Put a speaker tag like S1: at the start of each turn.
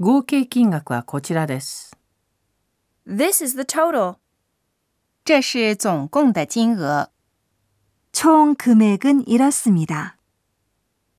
S1: 合計金額はこちらです。
S2: This is the total.
S3: 这是总共的金额。
S4: 총 금액은 이렇습니다.